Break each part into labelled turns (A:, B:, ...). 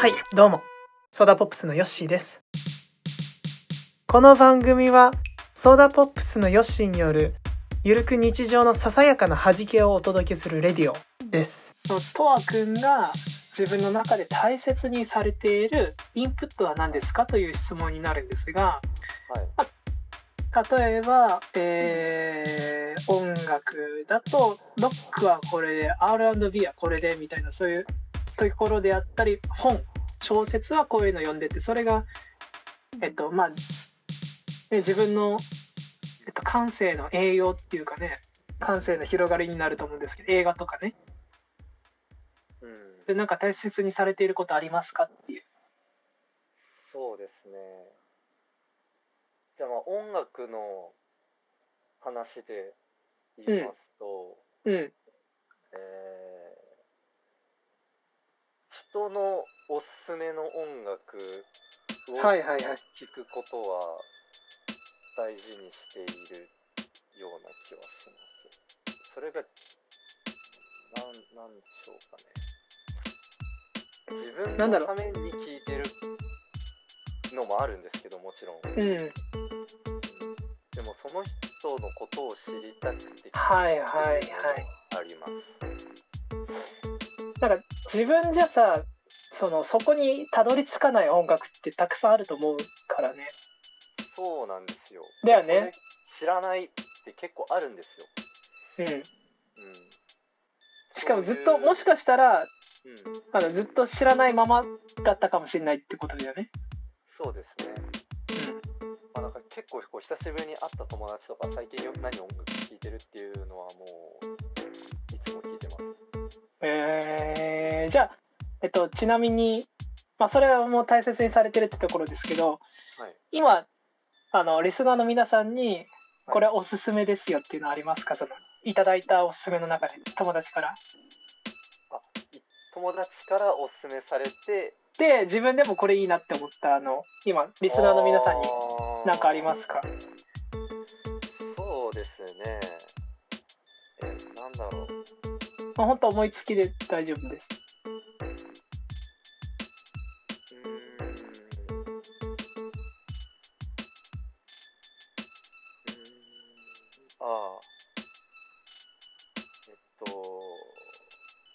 A: はいどうもソーダポップスのヨッシーですこの番組はソーダポップスのヨッシーによるゆるく日常のささやかな弾けをお届けするレディオですとわくんが自分の中で大切にされているインプットは何ですかという質問になるんですが
B: はい、
A: 例えば、えー音楽だとロックはこれで R&B はこれでみたいなそういうところであったり本小説はこういうの読んでてそれがえっとまあ、ね、自分の、えっと、感性の栄養っていうかね感性の広がりになると思うんですけど映画とかね
B: うん、
A: でなんか大切にされていることありますかっていう
B: そうですねじゃあまあ音楽の話で言いますと、
A: うん
B: えー人のおすすめの音楽を
A: はいはいはい
B: 聞くことは大事にしているような気はしますそれがなんなんでしょうかね自分
A: なんだ
B: の
A: ろう
B: ために聞いてるのもあるんですけどもちろん、うん、で
A: うん
B: もその人のことを知りたくて聞いてる
A: はいはいはい
B: のもあります、
A: なんか自分じゃさそのそこにたどり着かない音楽ってたくさんあると思うからね
B: そうなんですよ
A: だよね
B: それ知らないって結構あるんですよ、
A: うん
B: うん、
A: しかもずっともしかしたら
B: そういう、うん、
A: あのずっと知らないままだったかもしれないってことだよね
B: そうですねまあ、なんか結構こう久しぶりに会った友達とか最近よく何音楽聴いてるっていうのはもういつも聴いてます
A: えー、じゃあ、えっと、ちなみに、まあ、それはもう大切にされてるってところですけど
B: はい
A: 今あのリスナーの皆さんにこれはおすすめですよっていうのはありますかそのいただいたおすすめの中で友達から
B: 友達からおすすめされて
A: で自分でもこれいいなって思ったあの今リスナーの皆さんに
B: あー
A: 何かありますか
B: そうですねえなんだろう
A: まあ、本当思いつきで大丈夫です。
B: うーんうーんああえっと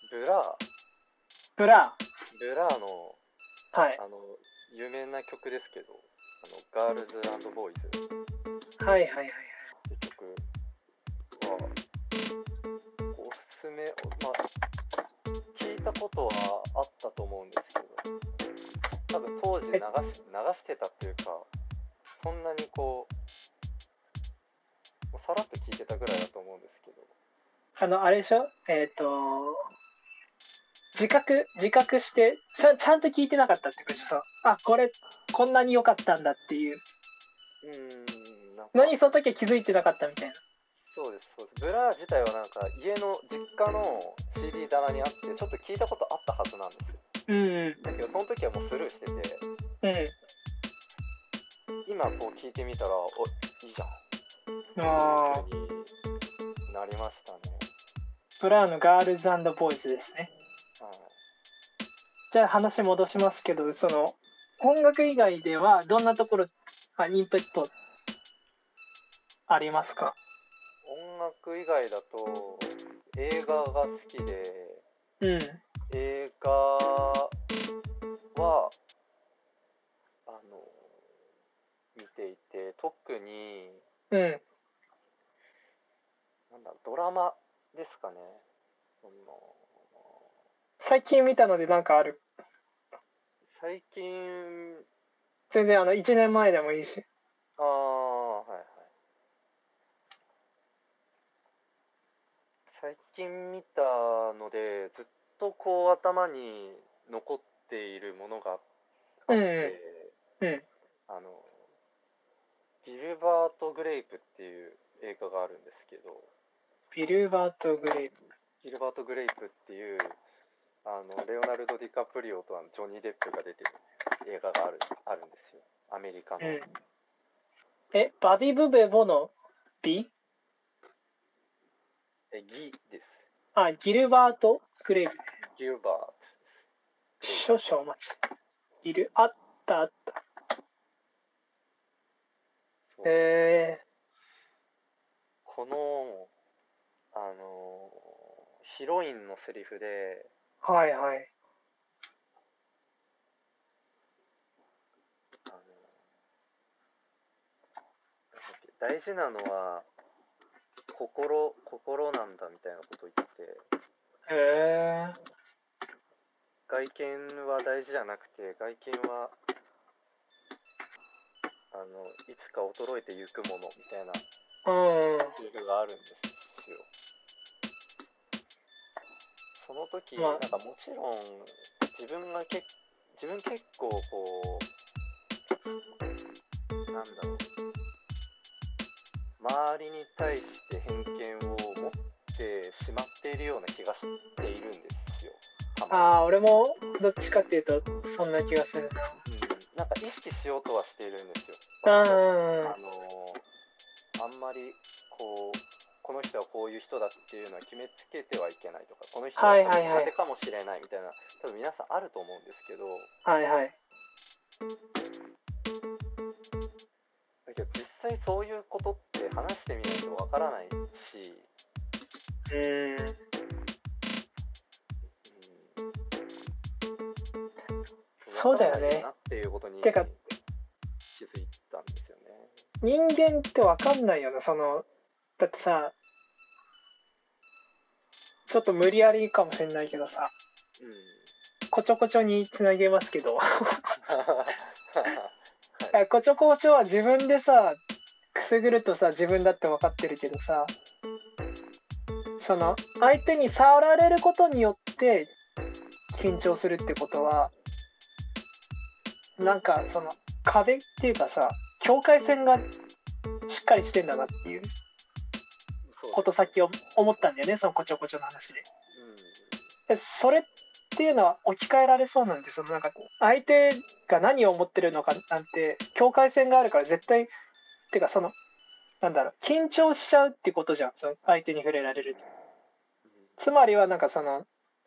B: ブラ
A: ブラ
B: ブラの
A: はい
B: あの有名な曲ですけど「あのガールズボーイズ」って
A: はいはいはい。
B: 曲はおすすめ、まあ、聞いたことはあったと思うんですけど多分当時流し流してたっていうかそんなにこうもうさらっと聞いてたぐらいだと思うんですけど
A: あの、あれでしょえっ、と、自覚、自覚してちゃん、ちゃんと聞いてなかったってことでしょそうあ、これ、こんなに良かったんだっていう。
B: うーんなんか
A: 何その時は気づいてなかったみたいな。
B: そうですそうですブラ自体はなんか家の実家の CD 棚にあってちょっと聞いたことあったはずなんですよ
A: うんうん。
B: だけどその時はもうスルーしてて
A: うん。
B: 今こう聞いてみたらおいいじゃん
A: あー
B: っていう風になりましたね、
A: ブラーのガールズボーイズですね。
B: はい、
A: じゃあ話戻しますけど、その、音楽以外ではどんなところ、あインプット、ありますか
B: 音楽以外だと映画が好きで
A: うん。
B: 映画はあの見ていて特に
A: うん。
B: なんだドラマですかねその
A: 最近見たのでなんかある
B: 最近
A: 全然あの1年前でもいいし
B: ああはいはい最近見たのでずっとこう頭に残っているものがあって、
A: うんうん
B: あのギルバート・グレイプっていう映画があるんですけど
A: ビルバート・グレイ
B: ギルバート・グレイプっていうあのレオナルド・ディカプリオとあのジョニー・デップが出てる映画があるあるんですよアメリカの、
A: うんえバビブベボのビ
B: えギです
A: あギルバート・グレイブ
B: ギルバート
A: 少々お待ちいるあったあった
B: そう
A: え
B: この、あのーヒロインのセリフで、
A: ー、はいはい
B: あのなんだっけ大事なのは、心、心なんだみたいなこと言ってて、
A: えー、
B: 外見は大事じゃなくて外見はあのいつか衰えてゆくものみたいな
A: うん
B: セリフがあるんですよその時
A: ま
B: な
A: あ
B: んかもちろん自分がけ自分結構こうなんだろう周りに対して偏見を持ってしまっているような気がしているんですよたまに
A: ああ俺もどっちかっていうとそんな気がする
B: うんなんか意識しようとはしているんですよ。
A: なうん
B: あのーあんまりこうこの人はこういう人だっていうのは決めつけてはいけないとかこの人は
A: はいはいはい
B: 苦手かもしれないみたいな、多分皆さんあると思うんですけど
A: はいはい
B: だけど実際そういうことって話してみないとわからないし、
A: うん
B: うん、
A: そうだよね
B: わからないなっていうことに気
A: て
B: づ
A: か
B: いたんですよね。
A: 人間ってわかんないよなそのだってさちょっと無理やりかもしれないけどさ
B: うん
A: こちょこちょにつなげますけど
B: はい
A: こちょこちょは自分でさくすぐるとさ自分だって分かってるけどさその相手に触られることによって緊張するってことはなんかその壁っていうかさ境界線がしっかりしてんだなっていう
B: そう
A: ことさっき思ったんだよねそのこちょこちょの話で。
B: うん
A: でそれっていうのは置き換えられそうなんですよなんか相手が何を思ってるのかなんて境界線があるから絶対ってかそのなんだろう緊張しちゃうってことじゃんその相手に触れられるつまりはなんかその、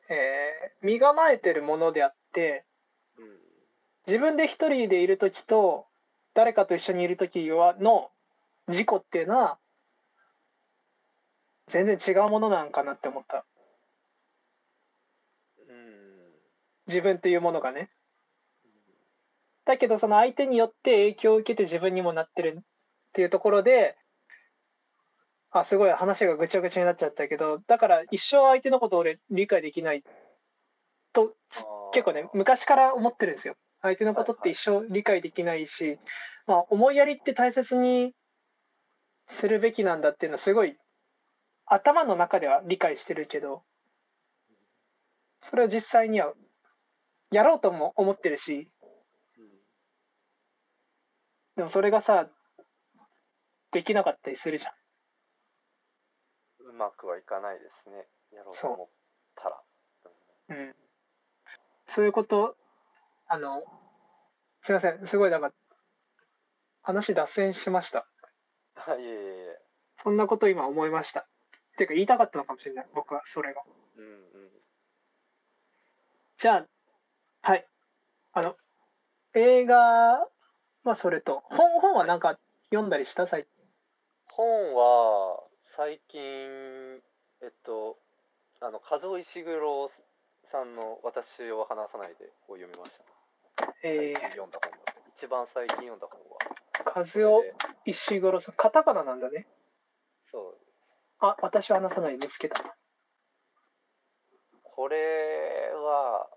A: えー身構えてるものであって
B: うん
A: 自分で一人でいる時と誰かと一緒にいる時はの事故っていうのは全然違うものなんかなって思った
B: うん
A: 自分というものがね。だけどその相手によって影響を受けて自分にもなってるっていうところであすごい話がぐちゃぐちゃになっちゃったけどだから一生相手のことを俺理解できないと結構ね昔から思ってるんですよ相手のことって一生理解できないし、まあ、思いやりって大切にするべきなんだっていうのはすごい頭の中では理解してるけどそれを実際にはやろうとも思ってるしでもそれがさできなかったりするじゃん
B: うまくはいかないですねやろうと思ったら
A: うん、そういうことあのすいませんすごいなんか話脱線しました
B: はいいえいえいえ
A: そんなこと今思いましたっていうか言いたかったのかもしれない僕はそれが
B: うんうん
A: じゃあはいあの映画はそれと本本はなんか読んだりした最近
B: 本は最近えっとあの和尾石黒さんの「私を話さないで」を読みました
A: え
B: 最近読んだ本だと一番最近読んだ本は
A: ー、和
B: それ
A: 夫
B: で
A: 石黒さんカタカナなんだね
B: そう
A: あ私は話さない見つけた
B: これは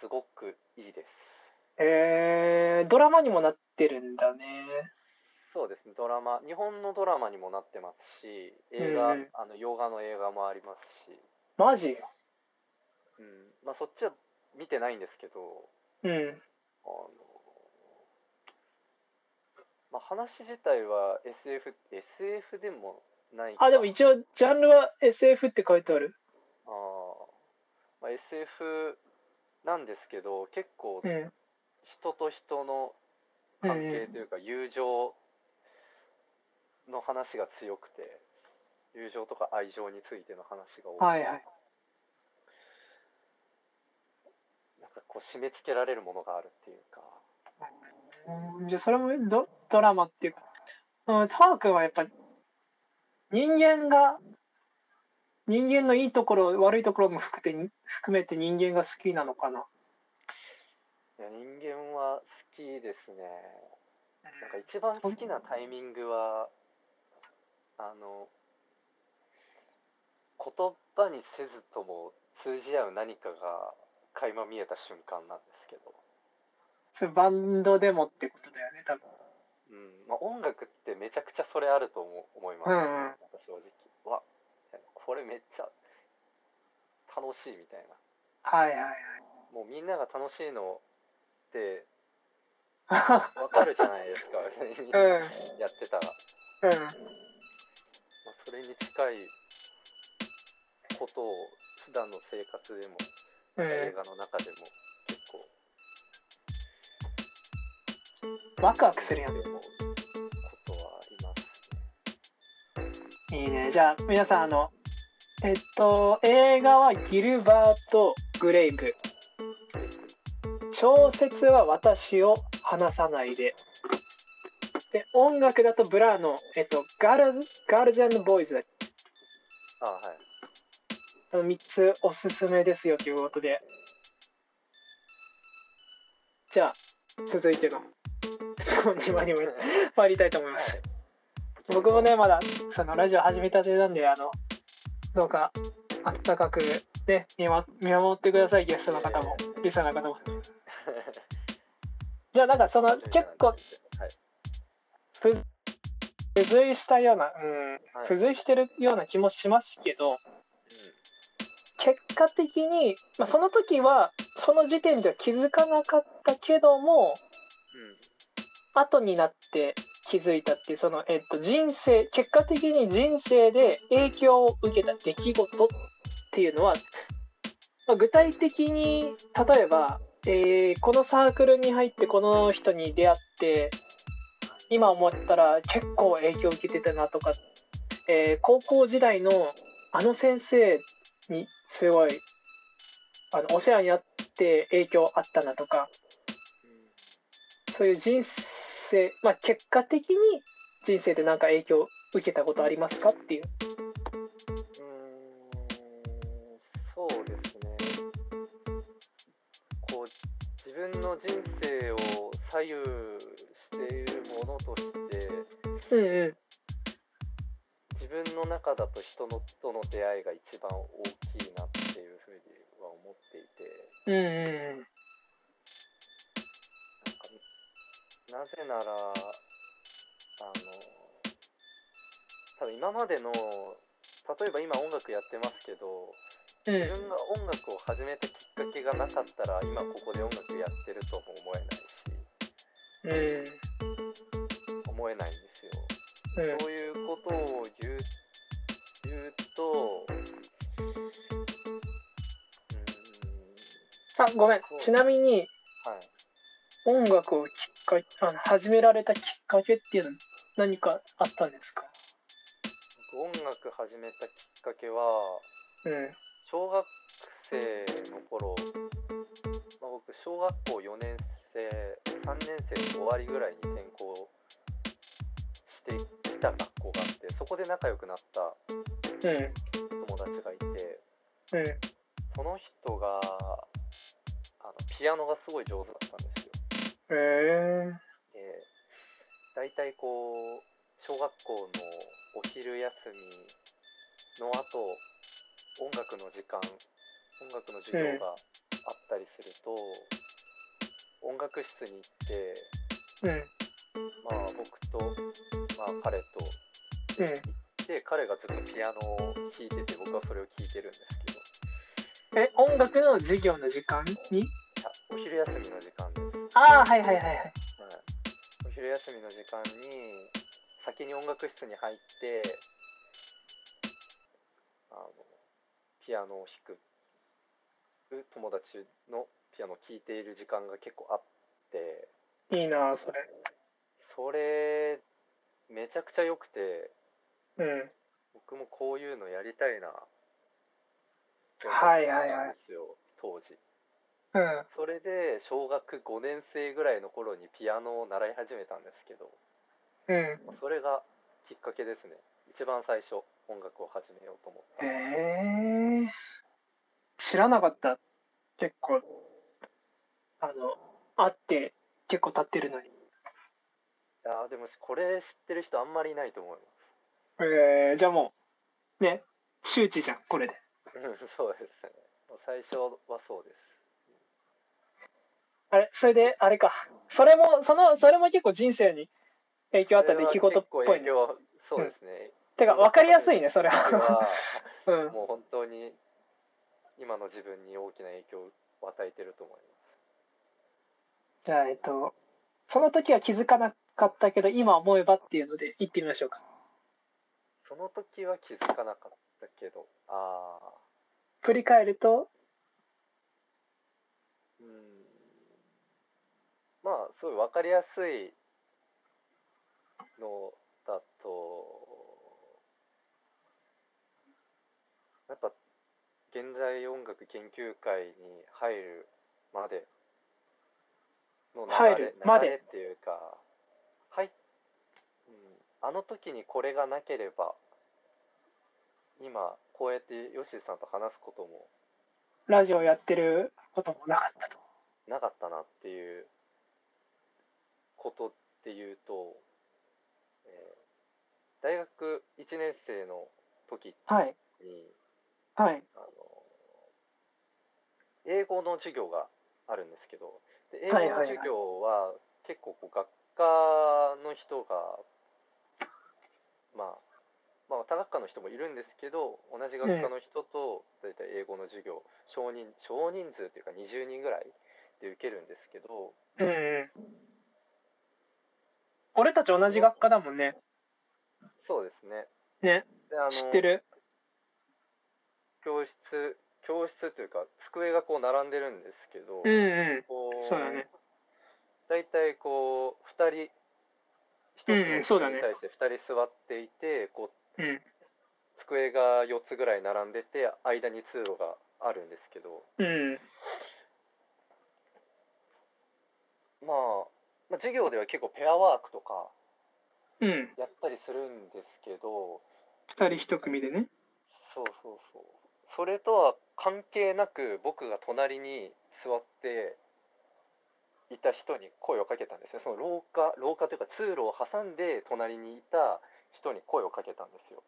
B: すごくいいです
A: えー、ドラマにもなってるんだね。
B: そうですねドラマ日本のドラマにもなってますし映画、
A: うん
B: あの洋画の映画もありますし、
A: マジ
B: うんまあ、そっちは見てないんですけど
A: うん。
B: あの、まあ、話自体は SF, SF でもない
A: あ、でも一応、ジャンルは SF って書いてある。
B: あー、まあ、SF なんですけど結構
A: うん。
B: 人と人の
A: うん
B: 関係というか友情の話が強くて友情とか愛情についての話が多
A: はいはい。
B: なんかこう締め付けられるものがあるっていうか
A: うんじゃあそれもドドラマっていうか、うん、タワー君はやっぱ人間が人間のいいところ悪いところも含めて含めて人間が好きなのかない
B: や人間は好きですねなんか一番好きなタイミングはあの言葉にせずとも通じ合う何かが垣間見えた瞬間なんですけど、
A: それバンドでもってことだよね多分
B: うんまあ、音楽ってめちゃくちゃそれあると思思います、
A: うんうん
B: なんか正直うわこれめっちゃ楽しいみたいな
A: はいはい
B: もうみんなが楽しいのって
A: は
B: わかるじゃないですか別に
A: い うん
B: やってたら、ま
A: うん
B: あ、それに近いことを普段の生活でも
A: うん
B: 映画の中でも結構
A: ワクワクするやん
B: 思うことはありますね
A: いいねじゃあ皆さんあのえっと映画はギルバート・グレイグ小説は私を離さないでで音楽だとブラーの、えっと、ガールズガールズボーイズだっけ
B: あはい
A: あの3つおすすめですよということでじゃあ続いての 質問に参りま参りたいと思います
B: はい
A: 僕もねまだそのラジオ始めたてなんであのどうか温かくね見ま見守ってくださいゲストの方もリスナーの方もじゃあなんかそ の結構
B: はい、
A: 付随したような、うん、
B: はい
A: 付随してるような気もしますけど結果的に、まあ、その時はその時点では気づかなかったけども後になって気づいたっていうその、えっと、人生結果的に人生で影響を受けた出来事っていうのは、まあ具体的に例えば、えーこのサークルに入ってこの人に出会って今思ったら結構影響を受けてたなとか、えー高校時代のあの先生にすごいあのお世話になって影響あったなとかそういう人生、まあ、結果的に人生で何か影響を受けたことありますかっていう。
B: うんうんそうですねこう自分の人生を左右しているものとして
A: うんう
B: 自分の中だと人のとの出会いが一番大きいなっていうふうには思ってい
A: ん。
B: て。
A: うんうん
B: なんかなぜならあの多分今までの例えば今音楽やってますけど
A: うん。うん
B: 自分が音楽を始めたきっかけがなかったら今ここで音楽やってるとも思えないし
A: うん
B: 思えないんですよ。
A: うん
B: そういうことを言う言うとう
A: あごめんちなみに
B: ーんはい
A: 音楽をきっかけあの始められたきっかけっていうのは何かあったんですか
B: 僕音楽始めたきっかけは
A: うん
B: 小学生の頃、まあ、僕小学校4年生3年生の終わりぐらいに転校してきた学校があってそこで仲良くなった
A: うん
B: 友達がいて
A: うん
B: その人があのピアノがすごい上手だったんですよ。
A: へえ
B: で大体こう小学校のお昼休みの後音楽の時間音楽の授業があったりすると、音楽室に行って
A: うん
B: まあ僕と、まあ、彼と
A: うん
B: で彼がずっとピアノを弾いてて僕はそれを聴いてるんですけど
A: え音楽の授業の時間に
B: いやお昼休みの時間です、
A: ああはいはいはいはい
B: はい、お昼休みの時間に先に音楽室に入ってあのピアノを弾く友達のピアノを聴いている時間が結構あって
A: いいなそれ
B: それめちゃくちゃ良くて
A: うん
B: 僕もこういうのやりたいなって
A: はいはいはい
B: 思ったんですよ当時
A: うん
B: それで小学5年生ぐらいの頃にピアノを習い始めたんですけど
A: うん
B: それがきっかけですね一番最初音楽を始めようと思った
A: えー、知らなかった結構あの会って結構経ってるのに
B: いやーでもこれ知ってる人あんまりいないと思いま
A: えー、じゃあもうね周知じゃんこれで。
B: す うんそうですね最初はそうです
A: あれそれであれかそれもそのそれも結構人生に影響あった出来事っぽい
B: そ
A: ね
B: れは結構影響そうですね、
A: てか分かりやすいねそれ
B: これ
A: は、
B: は
A: うん、
B: もう本当に今の自分に大きな影響を与えてると思い
A: じゃあえっとその時は気づかなかったけど今思えばっていうので行ってみましょうか
B: ますその時は気づかなかったけどああ
A: 振り返ると
B: うんまあすごい分かりやすいのだとやっぱ現在音楽研究会に入るまでの
A: 入るまで
B: 流れっていうかはい、うん、あの時にこれがなければ今こうやってヨッシーさんと話すことも
A: ラジオやってることもなかったと
B: なかったなっていうことっていうと、えー大学1年生の時
A: はい
B: に
A: はい
B: あの英語の授業があるんですけどで英語
A: はいはいは
B: の
A: い
B: 授業は結構こう学科の人が、まあ、まあ他学科の人もいるんですけど同じ学科の人と大体英語の授業少人少人数というか20人ぐらいで受けるんですけど
A: うんうん俺たち同じ学科だもんね
B: そうですね。
A: ね
B: であの
A: 知ってる
B: 教室教室というか机がこう並んでるんですけど、
A: うんう
B: こ
A: んそうだね
B: 大体こう2
A: う
B: 人
A: ん
B: 1つ
A: そう
B: の
A: だね
B: 机に対して2人座っていて、こう
A: うん
B: 机が4つぐらい並んでて間に通路があるんですけど
A: うん
B: まあまあ授業では結構ペアワークとか
A: うん
B: やったりするんですけど
A: 2人1組でね
B: そうそうそうそれとは関係なく僕が隣に座っていた人に声をかけたんですねその廊下廊下というか通路を挟んで隣にいた人に声をかけたんですよ。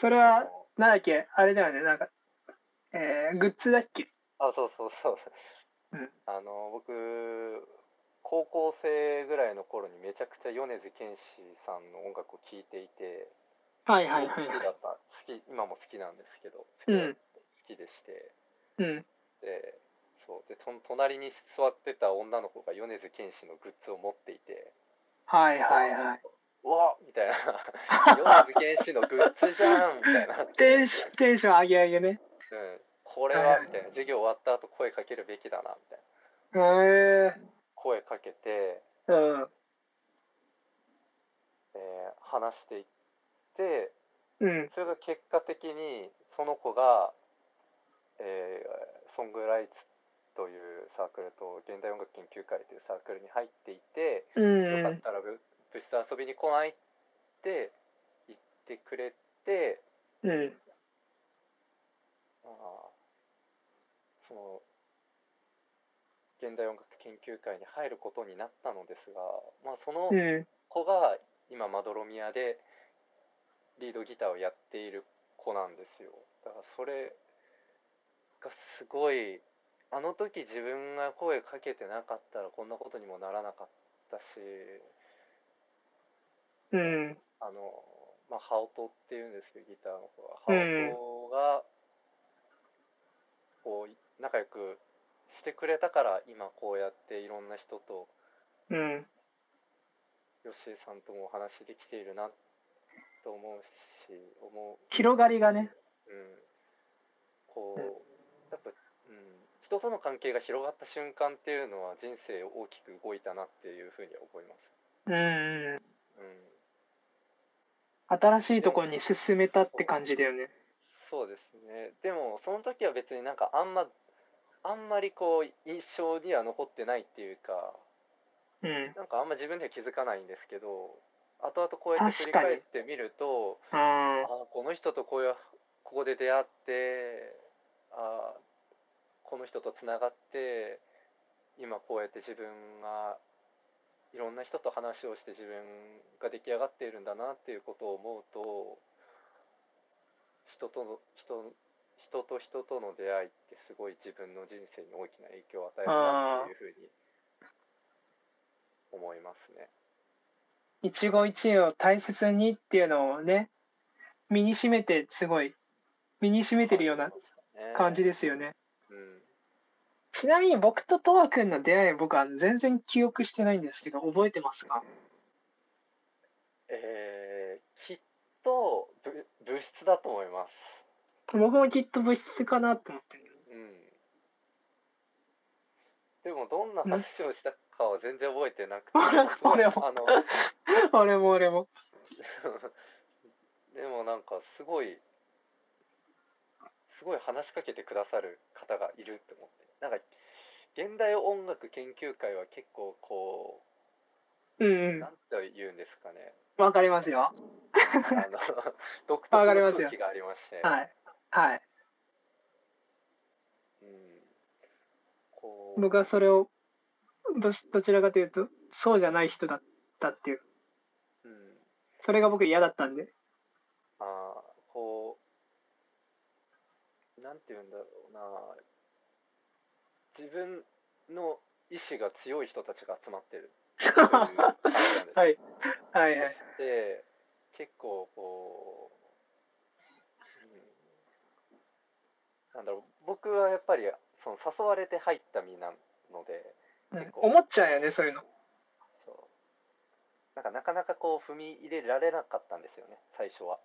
A: それはなんだっけあれだよねなんかえー、グッズだっけ
B: あそうそうそう、
A: うん
B: あの僕高校生ぐらいの頃にめちゃくちゃ米津玄師さんの音楽を聴いていて
A: はい
B: 好
A: はいはい
B: き
A: はい
B: だった好き今も好きなんですけど好き,、
A: うん
B: 好きでして。
A: うん
B: でそうでと隣に座ってた女の子が米津玄師のグッズを持っていて
A: はいはいはいう
B: わみたいな米津玄師のグッズじゃんみたいな、
A: テンシテンション上げ上げね
B: うん、これ
A: はい
B: は
A: はい
B: みたいな授業終わった後声かけるべきだなみたいな
A: へえ
B: 声かけて、
A: うん
B: えー話していって
A: うん
B: それが結果的にその子が、えーソングライツというサークルと現代音楽研究会というサークルに入っていて、
A: うん
B: よかったら部部室遊びに来ないって言ってくれて、
A: うん
B: あーその現代音楽研究会に入ることになったのですが、まあ、その
A: うん
B: 子が今まどろみ屋でリードギターをやっている子なんですよだからそれがすごいあの時自分が声かけてなかったらこんなことにもならなかったし
A: うん
B: あの、まあ、ハオトっていうんですけど、ギターの子は。ハ
A: うん
B: オトが、こう、仲良くしてくれたから、今こうやっていろんな人と、
A: うん
B: ヨッシーさんともお話できているな、と思うし、思
A: 広がりがね
B: う、うん。こ
A: うん
B: う、やっぱ、うん、人との関係が広がった瞬間っていうのは、人生大きく動いたなっていうふうには思います。
A: うん
B: うん。
A: 新しいところに進めたって感じだよね
B: そうですねでもその時は別になんかあんまあんまりこう印象には残ってないっていうか
A: うん
B: なんかあんま自分では気づかないんですけど後々こうやって振り返ってみると
A: うん
B: あこの人とこういうここで出会ってあこの人とつながって今こうやって自分がいろんな人と話をして自分が出来上がっているんだなっていうことを思うと人との人人と人との出会いってすごい自分の人生に大きな影響を与えるなっていうふうに思いますね。
A: 一期一会を大切にっていうのをね身にしめてすごい身にしめてるような感じ
B: で、
A: ですよね
B: うん
A: ちなみに僕ととわくんの出会い僕は全然記憶してないんですけど覚えてますか
B: えー、きっとぶ物質だと思います。
A: 僕もきっと物質かなと思ってる
B: うん。でもどんな話をしたかは全然覚えてなくて、すごい
A: 俺も
B: あの
A: 俺も俺も
B: でもなんかすごいすごい話しかけてくださる方がいるって思って、なんか現代音楽研究会は結構こ
A: うん
B: う、
A: うん
B: なんて言うんですかね、
A: わかりますよ
B: あの独特
A: わかり
B: の
A: ますよ
B: 空気がありまして。
A: はいはい
B: うんこう
A: 僕はそれをどしどちらかというとそうじゃない人だったっていう
B: うん、
A: それが僕嫌だったんで
B: あーこうなんて言うんだろうな自分の意志が強い人たちが集まってるそういう感じなんです
A: はいはいはい
B: で結構こう、うん、なんだろう僕はやっぱりその誘われて入った身なので
A: うん思っちゃうよねそういうの
B: そうなんかなかなかこう踏み入れられなかったんですよね最初は。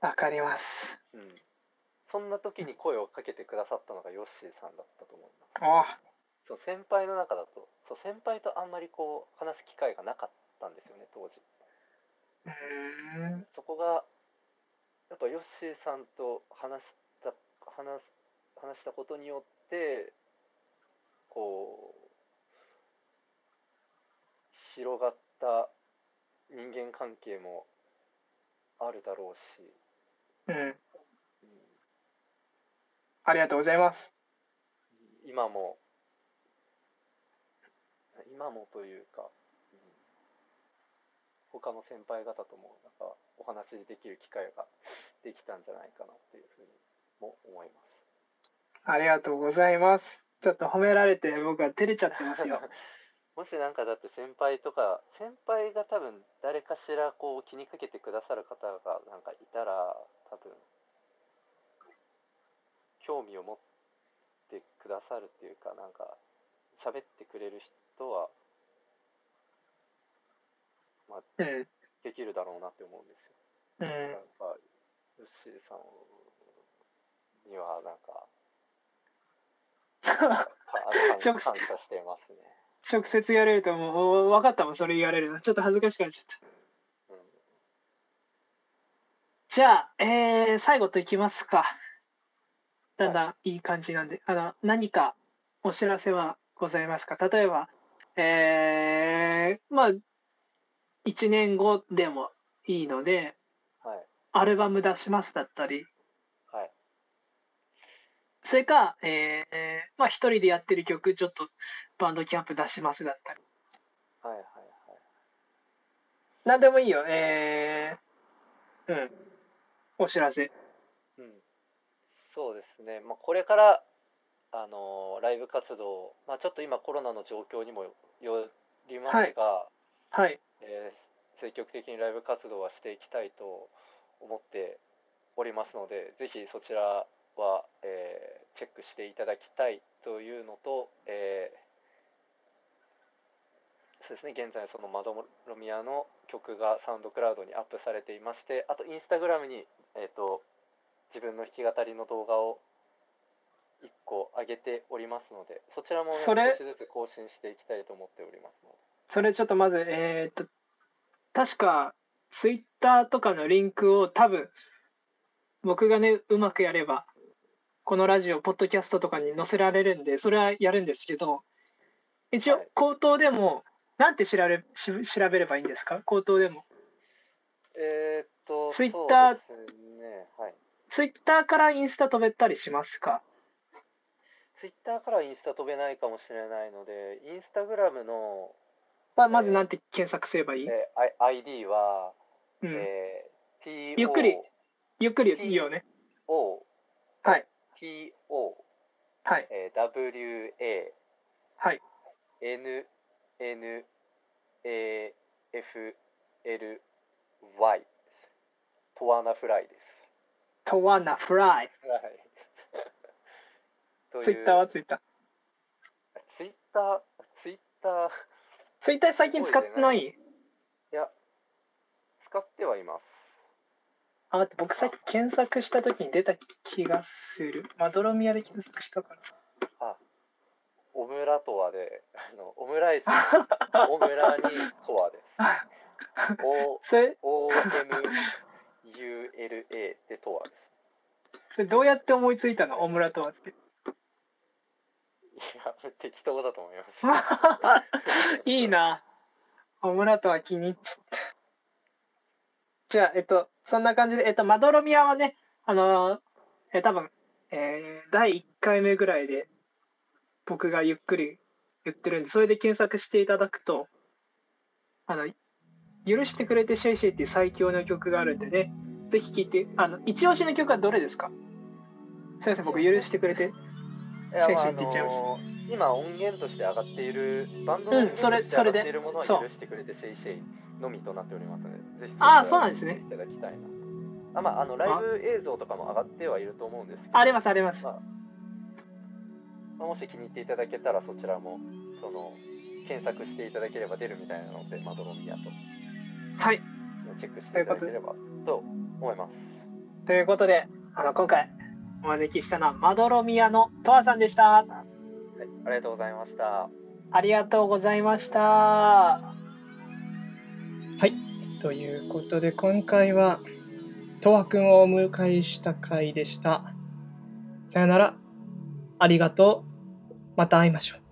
A: わかります
B: うん、そんな時に声をかけてくださったのがヨッシーさんだったと思うな
A: あ
B: そう先輩の中だとそう先輩とあんまりこう話す機会がなかったんですよね当時
A: うーん
B: そこがやっぱヨッシーさんと話した話す話したことによってこう広がった人間関係もあるだろうし、
A: うん
B: うん
A: ありがとうございます
B: 今も今もというか、うん他の先輩方ともなんかお話しできる機会が できたんじゃないかなっていうふうにも思いま
A: ありがとうございますちょっと褒められて僕は照れちゃってます
B: す
A: よ
B: もしなんかだって先輩とか先輩が多分誰かしらこう気にかけてくださる方がなんかいたら多分興味を持ってくださるっていうかなんか喋ってくれる人は
A: うん
B: できるだろうなって思うんですよ。
A: う
B: なん
A: ん
B: か、ヨッシーさんには、なんか、 か
A: 直接
B: 感謝していますね。
A: 直接言われるともう分かったもんそれ言われるのちょっと恥ずかしくなっちゃった
B: うん、
A: じゃあ、えー、最後といきますか。だんだんいい感じなんで、あの何かお知らせはございますか例えば、えー、まあ、1年後でもいいので、
B: はい、
A: アルバム出しますだったり、
B: はい。
A: それか、えー、まあ、一人でやってる曲、ちょっとバンドキャンプ出しますだったり、
B: はい、はい、はい。
A: なんでもいいよ、えー、うん、お知らせ。
B: うん、そうですね、まあ、これから、あのーライブ活動、まあ、ちょっと今、コロナの状況にもよりますが、
A: はいはい、
B: えー積極的にライブ活動はしていきたいと思っておりますのでぜひそちらは、えーチェックしていただきたいというのと、えーそうですね現在そのマドロミアの曲がサウンドクラウドにアップされていましてあとインスタグラムに、えー、と自分の弾き語りの動画を1個上げておりますのでそちらも、ね、
A: それ
B: 少しずつ更新していきたいと思っておりますので。
A: それちょっとまず、えーっと、確か、ツイッターとかのリンクを多分、僕がね、うまくやれば、このラジオポッドキャストとかに載せられるんでそれはやるんですけど一応
B: はい
A: 口頭でもなんて調べし調べればいいんですか口頭でも
B: えーっと、
A: ツイッター
B: そうですね。はい。
A: ツイッターからインスタ飛べたりしますか
B: ツイッターからインスタ飛べないかもしれないので、インスタグラムの、
A: まあまずなんて検索すればい
B: え
A: い、
B: ー、I- ID は、
A: うん、
B: えー、
A: ゆっくりゆっくりいいよね
B: TOO、
A: はい、
B: TO、
A: はい
B: えー、WA、
A: はい、
B: N、N、A、F、L、Y トワナフライです。
A: トワナフライ
B: はい。
A: ツイッターはツイッター
B: ツイッター、ツイッター、
A: ツイッター最近使ってない
B: いや、使ってはいます。
A: あ待って僕さっき検索した時に出た気がするまどろみやで検索したから
B: オムラとはで、あのオムラ イス、オムラにとはです。O、
A: それ
B: O、M、U、L、A でとはで
A: それどうやって思いついたのオムラとはって
B: す。いや、適当だと思います。
A: いいなオムラとは気に入っちゃったじゃあえっとそんな感じでえっとまどろみやはねあのーえー多分えー第1回目ぐらいで僕がゆっくり言ってるんでそれで検索していただくとあの「許してくれてシェイシェイ」っていう最強の曲があるんでねぜひ聴いてあの一押しの曲はどれですかすいません僕「許してくれて
B: いや
A: 先
B: まあ
A: 生
B: あ
A: に言っちゃいました
B: の今音源として上がっているバンドの
A: うん
B: 音源
A: それ
B: として上がっているものは
A: それで
B: 許してくれてシェイシェイのみとなっておりますので、ぜひ
A: あーそうなんですね
B: 見ていただきたいな。あまああのライブ映像とかも上がってはいると思うんですけど、
A: ありますあります
B: まあもし気に入っていただけたらそちらもその検索していただければ出るみたいなのでマドロミアと
A: はい
B: チェックしていただければと思います。
A: ということであの今回お招きしたのはまどろみやのとわさんでした
B: はい、ありがとうございました。
A: ありがとうございましたはいということで今回はとわくんをお迎えした回でしたさよならありがとうまた会いましょう